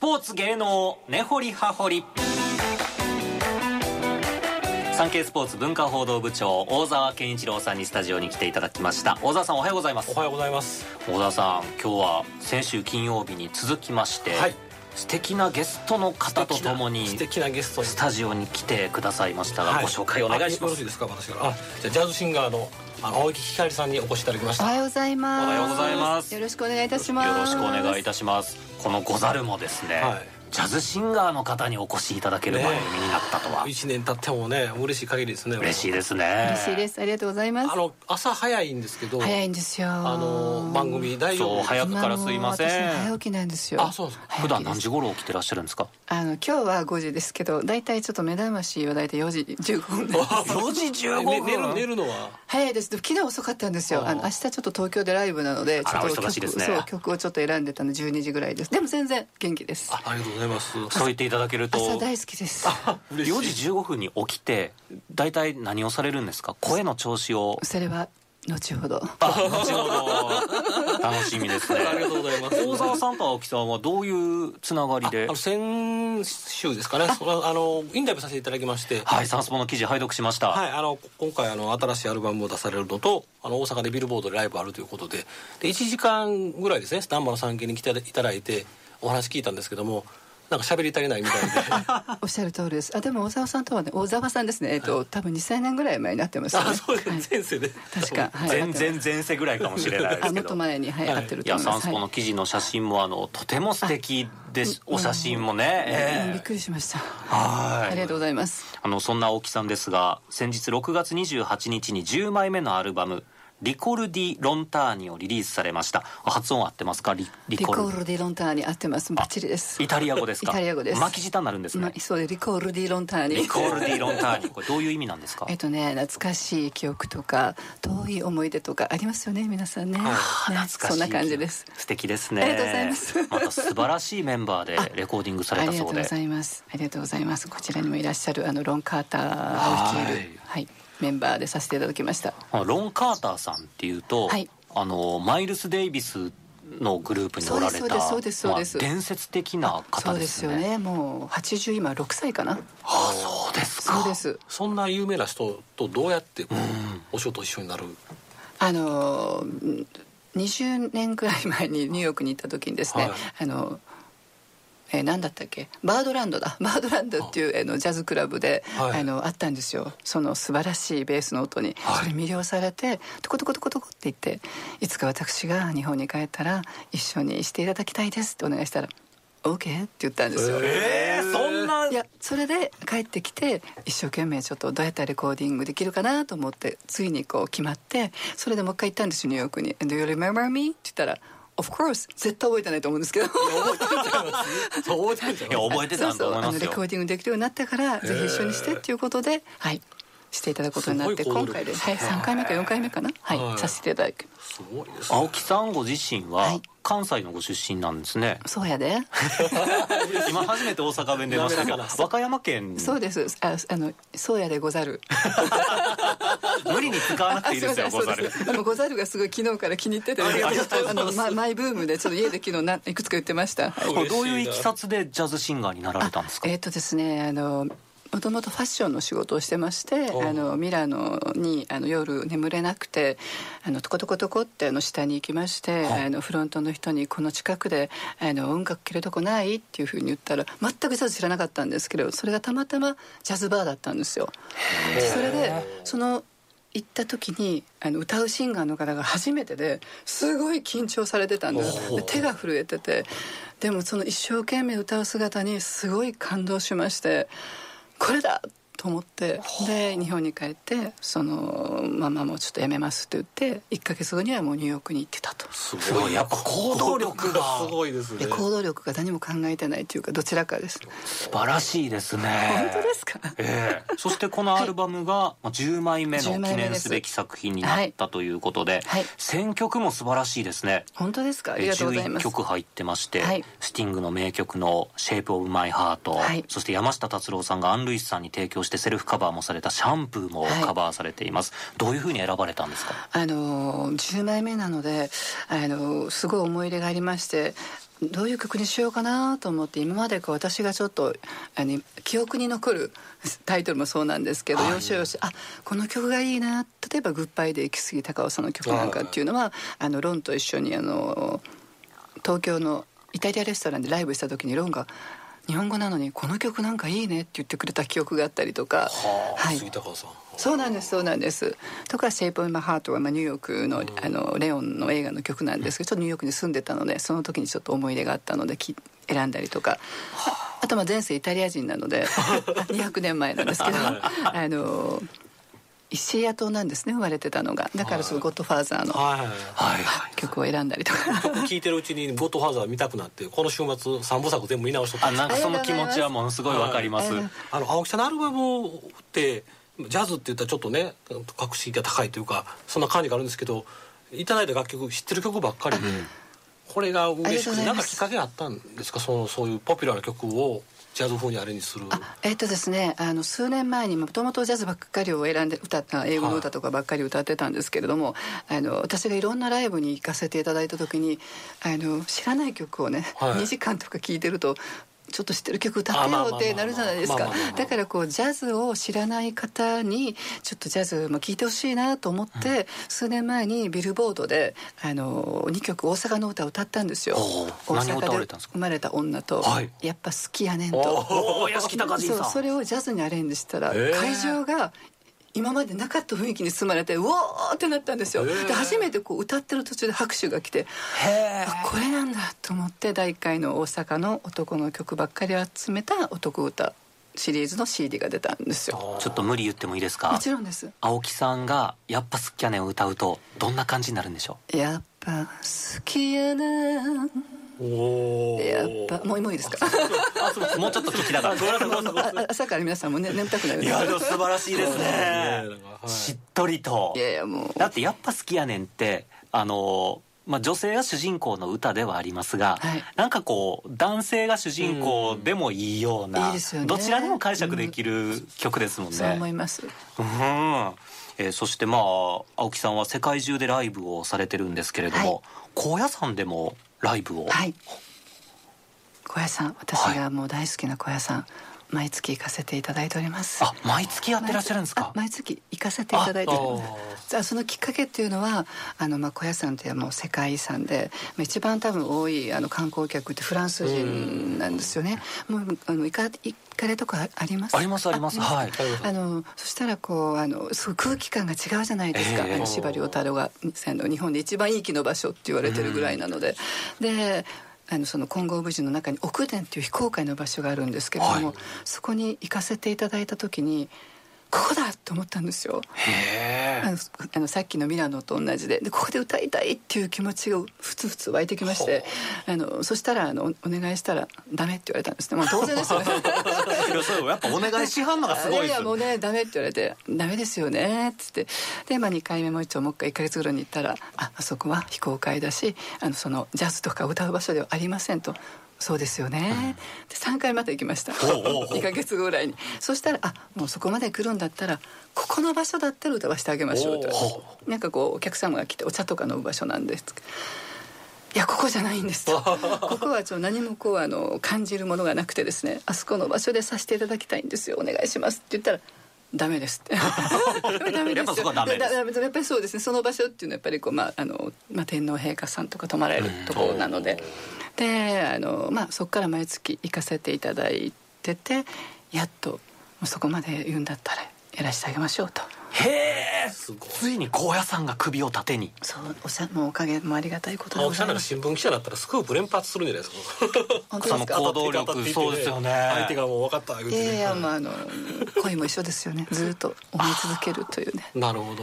ポーツ芸能根掘り葉掘り産経スポーツ文化報道部長大沢健一郎さんにスタジオに来ていただきました大沢さんおはようございますおはようございます大沢さん今日は先週金曜日に続きまして、はい素敵なゲストの方とともに素敵なゲストにスタジオに来てくださいましたが、はいご紹介お願いしあよまろしいすですか私からあじゃあジャズシンガーのあの青木ひかりさんにお越しいただきましおはたようございます。おはようございますよろしくお願いいたします。よろしくお願いいたしますこの「ござる」もですね、はいジャズシンガーの方にお越しいただける番組になったとは、一年経ってもね嬉しい限りですね嬉しいですね嬉しいです。ありがとうございますあ。の朝早いんですけど早いんですよ。あの番組大丈夫そう早くからすいません今もう私も早起きなんですよ。あそうなんですか早普起段きです何時頃起きてらっしゃるんですかあの今日は5時ですけど、だいたいちょっと目覚ましはだいたい4時15分です。 4時15ね分寝る寝るのは早いです。でも昨日遅かったんですよ。あーあの明日ちょっと東京でライブなので、あちらょっおと忙しいですねそう曲をちょっと選んでたの12時ぐらいです。でも全然元気です。あありがとうございますそう言っていただけると朝大好きです。 4時15分に起きて大体何をされるんですか声の調子 をそれは後ほど。あ後ほど楽しみですねありがとうござ います大沢さんと青木さんはどういうつながりであの先週ですかねそのあのインタビューさせていただきましてはいサンスポの記事拝読しました、はい、あのこ今回あの新しいアルバムを出されるのとあの大阪でビルボードでライブあるということでで1時間ぐらいですね難波の産経に来ていただいてお話聞いたんですけどもなんか喋り足りないみたいでおっしゃる通りです。あ、でも大沢さんとはね、大沢さんですね。えっと、多分2000年ぐらい前に なってますよね。あそうですはねい先生で確か、はい、全然前世ぐらいかもしれないであすけもっどと前に、はい、はい合ってるいとや思いサまンす。スポはの記事の写真もあのとても素敵ですお写真もね、い、うんびえっくりしました。えはいありがとうございます。あのそんな青木さんですが先日6月28日に10枚目のアルバム「リコルディ・ロンターニ」をリリースされましたあ発音合ってますかリリリコルコデールディロンターに合ってます。バッチリですィイ。タリア語ですかイタリア語です巻き舌になるんですまねあ、そうでリコールディロンターに。リコールディ・ロンターニこれどういう意味なんですか えっとね、懐かしい記憶とか遠い思い出とかありますよね皆さんね,ね、懐かしいそんな感じです素敵ですねありがとうございますまた素晴らしいメンバーでレコーディングさあれたりそがとううごでざいますありがとうございますこちらにもいらっしゃるあのロン・カーターを率はいるいはい、メンバーでさせていただきましたあのロン・カーターさんっていうと、はいあのマイルス・デイビスのグループにおられたそうですそうですそうですそうですまあ伝説的なそ方うでですすねよねもう80今6歳かなああそうですかそうですそんな有名な人とどうやってこうお仕事一緒になるあのー20年ぐらい前にニューヨークに行った時にですね、はいあのえー、何だったっけバードランドだ バードランドっていうあのジャズクラブで、はいあのあったんですよその素晴らしいベースの音に、はいそれ魅了されてトコトコトコトコって言っていつか私が日本に帰ったら一緒にしていただきたいですってお願いしたら OK って言ったんですよ、えー、そんないやそれで帰ってきて一生懸命ちょっとどうやったらレコーディングできるかなと思ってついにこう決まってそれでもう一回行ったんですよニューヨークに「Do you remember me?」って言ったら「Of course」絶対覚えてないと思うんですけど。覚えてんちゃいますそう覚えてんちゃいいやます覚えてたんだと思いあまのすレコよーディングできるようになったからぜひ一緒にしてっていうことではいしていただくことになってすごい行今動回力で、ですはねい、3回目か4回目かなはい、はいさせていただくすごいですね青木さんご自身ははい関西のご出身なんですね、そうやで今初めて大阪弁出ましたけど滑らか和歌山県そうですああのそうやでござる無理に使わなくていいですよござるす。あのござるがすごい昨日から気に入ってて、ありがとうございますあのママイブームでちょっと家で昨日なんいくつか言ってました。はいこれどういういきさつでジャズシンガーになられたんですかえっ、とですね、あの。もともとファッションの仕事をしてましておうあのミラノにあの夜眠れなくてあのトコトコトコってあの下に行きましてはいあのフロントの人に「この近くであの音楽聴けるとこない?」っていうふうに言ったら全くジャズ知らなかったんですけどそれがたまたまジャズバーだったんですよ。それでその行った時にあの歌うシンガーの方が初めてですごい緊張されてたんですおーで手が震えててでもその一生懸命歌う姿にすごい感動しましてこれだと思ってで日本に帰ってそのママもちょっとやめますって言って1ヶ月後にはもうニューヨークに行ってたと。すごいやっぱ行動力がすごいですねで行動力が何も考えてないというかどちらかです。素晴らしいですね本当ですか。ええそしてこのアルバムがまあ10枚目の10枚目記念ですすべき作品になったということで、はい選曲も素晴らしいですね本当ですか。ありえがとうござい11ます。曲入ってまして、はいスティングの名曲の「シェイプオブマイハートはいそして山下達郎さんがアン・ルイスさんに提供してセルフカバーもされた「シャンプー」もカバーされています、どういうふうに選ばれたんですかあの10枚目なのであのすごい思い入れがありましてどういう曲にしようかなと思って今までこう私がちょっとあの記憶に残る タイトルもそうなんですけど、はいよしよしあこの曲がいいな例えば「グッバイ」で行き過ぎ高尾さんの曲なんかっていうのはあのロンと一緒にあの東京のイタリアレストランでライブした時にロンが「日本語なのにこの曲なんかいいね」って言ってくれた記憶があったりとか。はあ、はい杉高さんそうなんですそうなんですとか「シェイプ・オブ・マハートは」まあ、ニューヨークのあのレオンの映画の曲なんですけどちょっとニューヨークに住んでたのでその時にちょっと思い入れがあったのでき選んだりとかああとまあ前世イタリア人なので200年前なんですけどあの石屋島なんですね生まれてたのがだからその「ゴッドファーザー」のはいはいはい曲を選んだりとか。聞いてるうちに「ゴッドファーザー」見たくなってこの週末三部作全部見直しとったあんですなんかその気持ちはものすごいわかります、はいあの青木さんのアルバムってジャズって言ったらちょっとね格式が高いというかそんな感じがあるんですけどいただいた楽曲知ってる曲ばっかりでこれが嬉しくてありがとうございますなんかきっかけあったんですかそのそういうポピュラーな曲をジャズ風にアレンジするあえっ、とですねあの数年前にもともとジャズばっかりを選んで歌った英語の歌とかばっかり歌ってたんですけれども、あの私がいろんなライブに行かせていただいた時にあの知らない曲をね、はい2時間とか聴いてると。ちょっと知ってる曲歌っあてまあまあよまあってなるじゃないですまあかまあまあまあだからこうジャズを知らない方にちょっとジャズも聴いてほしいなと思って、数年前にビルボードであの2曲大阪の歌を歌ったんですよおー大何を歌わ阪れでたんですか生まれた女と、はいやっぱ好きやねんとおお屋敷隆人そうさんそれをジャズにアレンジしたら、えー会場が今までなかった雰囲気に包まれてうおーってなったんですよ、えーで初めてこう歌ってる途中で拍手が来てあこれなんだと思って第1回の大阪の男の曲ばっかり集めた男歌シリーズの CD が出たんですよちょっと無理言ってもいいですもかちろんです青木さんが「やっぱスキャネン」を歌うとどんな感じになるんでしょやっぱ好きやねんおーやっぱもうもういいですかうもうちょっと聞きながらあ朝から皆さんもね眠たくなる んいでやでも素晴らしいですねそうですねなんかはいしっとりといやいやもうだってやっぱ好きやねんってあのまあ、女性が主人公の歌ではありますが、はいなんかこう男性が主人公でもいいよううんいないですよねどちらでも解釈できる曲ですもんね。そう思いますうんえーそしてまあ青木さんは世界中でライブをされてるんですけれども、高野山でもライブを、はい小屋さん私はがもう大好きな小屋さん、毎月行かせていただいておりますあ毎月やってらっしゃるんですかあ毎月行かせていただいておりますあじゃあそのきっかけっていうのはあの、まあ、小屋さんってもう世界遺産でまあ一番多分多いあの観光客ってフランス人なんですよね、もうあの行か行かれとかありますありますありますはい あのそしたらこうあのすごい空気感が違うじゃないですか、ええあの司馬遼太郎があの日本で一番いい気の場所って言われてるぐらいなので、であのその金剛武士の中に奥殿っていう非公開の場所があるんですけれども、はいそこに行かせていただいた時にここだと思ったんですよへあのあのさっきのミラノと同じででここで歌いたいっていう気持ちがふつふつ湧いてきましてあのそしたらあのおお願いしたらダメって言われたんですね、まあ、当然 ですよねえやっぱお願いしはんのがすごいですいやいやもようねダメって言われて「ダメですよね」っつってで、まあ、2回目もう一応もう一回1ヶ月ぐらいに行ったら「ああそこは非公開だしあのそのジャズとか歌う場所ではありません」と。そうですよね、で3回また行きましたほうほうほう2ヶ月後ぐらいにそしたらあもうそこまで来るんだったらここの場所だったら歌わせてあげましょうって言われてほなんかこうお客様が来てお茶とか飲む場所なんですいやここじゃないん ですよここはちょっと何もこうあの感じるものがなくてですねあそこの場所でさせていただきたいんですよお願いしますって言ったらダメですって ダメでやすよっぱそこはダメですだだやっぱりそうですねその場所っていうのはやっぱりこう、まああのまあ、天皇陛下さんとか泊まられるところなので、であの、まあ、そこから毎月行かせていただいててやっともうそこまで言うんだったらやらせてあげましょうと。へえすごいついに高野山が首を縦にそうおさもうおかげもありがたいことで青ご木さざんなんいかます新聞記者だったらスクープ連発するんじゃないですか本当ですかその行動力当たっていてそうですよね相手がもう分かった言ういてねやいやまああの恋も一緒ですよねずっと思い続けるというねなるほど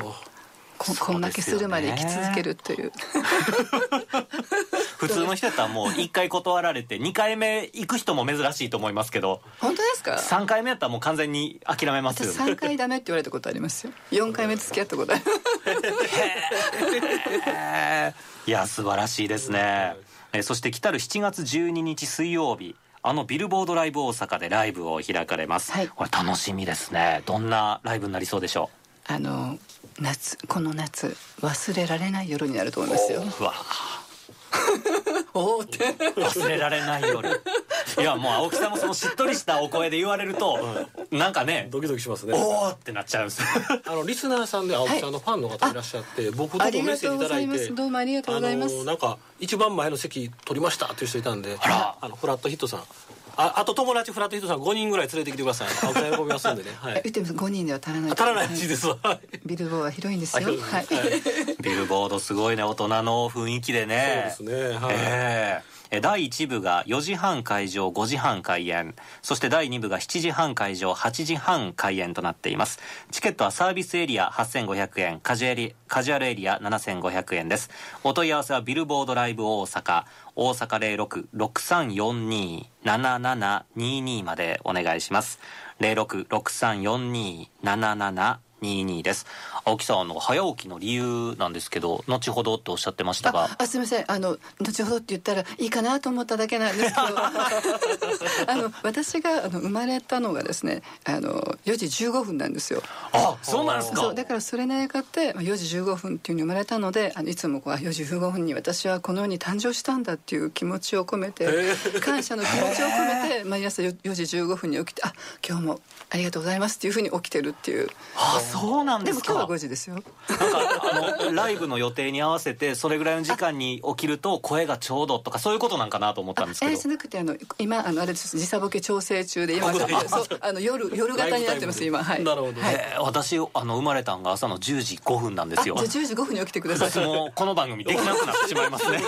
そこうですよねこん負けするまで生き続けるという普通の人やったらもう1回断られて2回目行く人も珍しいと思いますけど本当ですか3回目やったらもう完全に諦めます私よね3回ダメって言われたことありますよ4回目付き合ったことあるへーいや素晴らしいですね、えーそして来たる7月12日水曜日あのビルボードライブ大阪でライブを開かれます、はいこれ楽しみですねどんなライブになりそうでしょあの夏この夏忘れられない夜になると思いますうようわおーって忘れられないよりいやもう青木さんもそのしっとりしたお声で言われるとなんかねドキドキしますねおおってなっちゃうんですよあのリスナーさんで青木さんのファンの方いらっしゃって、僕ともあメりッがセーとジいただうございいますてどうもありがとうございますのなんか一番前の席取りましたっていう人いたんであらのフラットヒットさんああと友達フラットヒットさん5人ぐらい連れてきてください青木さん喜びますんでね、はえい、言ってみます5人では足らない当たらないらしいですわはいビルボーは広いんですありよがとうござはいいますはいビルボードすごいね大人の雰囲気でねそうですねはいえええ第1部が4時半開場5時半開演そして第2部が7時半開場8時半開演となっていますチケットはサービスエリア8500円カジュエリカジュアルエリア7500円ですお問い合わせはビルボードライブ大阪大阪0663427722までお願いします0663427722です青木さんあの早起きの理由なんですけど後ほどとおっしゃってましたがああすみませんあの後ほどって言ったらいいかなと思っただけな んですけどあの私があの生まれたのがですねあの4時15分なんですよあそうなんですかそうだからそれの映画ってまあ4時15分っていうふうに生まれたのであのいつもこうあ4時15分に私はこの世に誕生したんだっていう気持ちを込めて感謝の気持ちを込めて毎朝 4, 4時15分に起きてあ今日もありがとうございますっていうふうに起きてるっていうあそうなんででもす今か日は5時ですよなんかあのライブの予定に合わせてそれぐらいの時間に起きると声がちょうどとかそういうことなんかなと思ったんですけえどーじゃなくてあの今あのあれです時差ボケ調整中で今あそうそうあの夜夜型になってます今はいなるほど、はいえー私あの生まれたんが朝の10時5分なんであすじゃよあ10時5分に起きてくださいもうこの番組できなくなってしまい ますね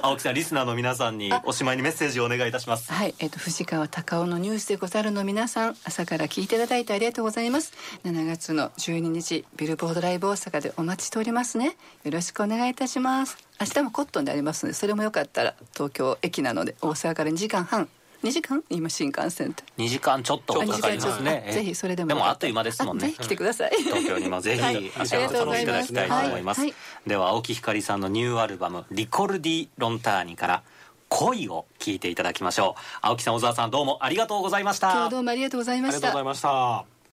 青木さんリスナーの皆さんにおしまいにメッセージをお願いいたしますはい、えっ、と藤川隆夫のニュースでござるの皆さん、朝から聞いていただいてありがとうございます。7月の12日ビルボードライブ大阪でお待ちしておりますね。よろしくお願いいたします。明日もコットンでありますので、それもよかったら東京駅なので大阪から2時間半、2時間今新幹線って。 2時間ちょっとあかかりますねあぜひそれでもでもあっという間ですもんあねぜひ来てください。東京にもぜひはい足を運んでいただきたいと思います、はいはいでは青木ひかりさんのニューアルバム「リコルディ・ロンターニ」から「恋」を聴いていただきましょう青木さん小沢さんどうもありがとうございました今日どうもありがとうございあまりがしとうごたざい。ました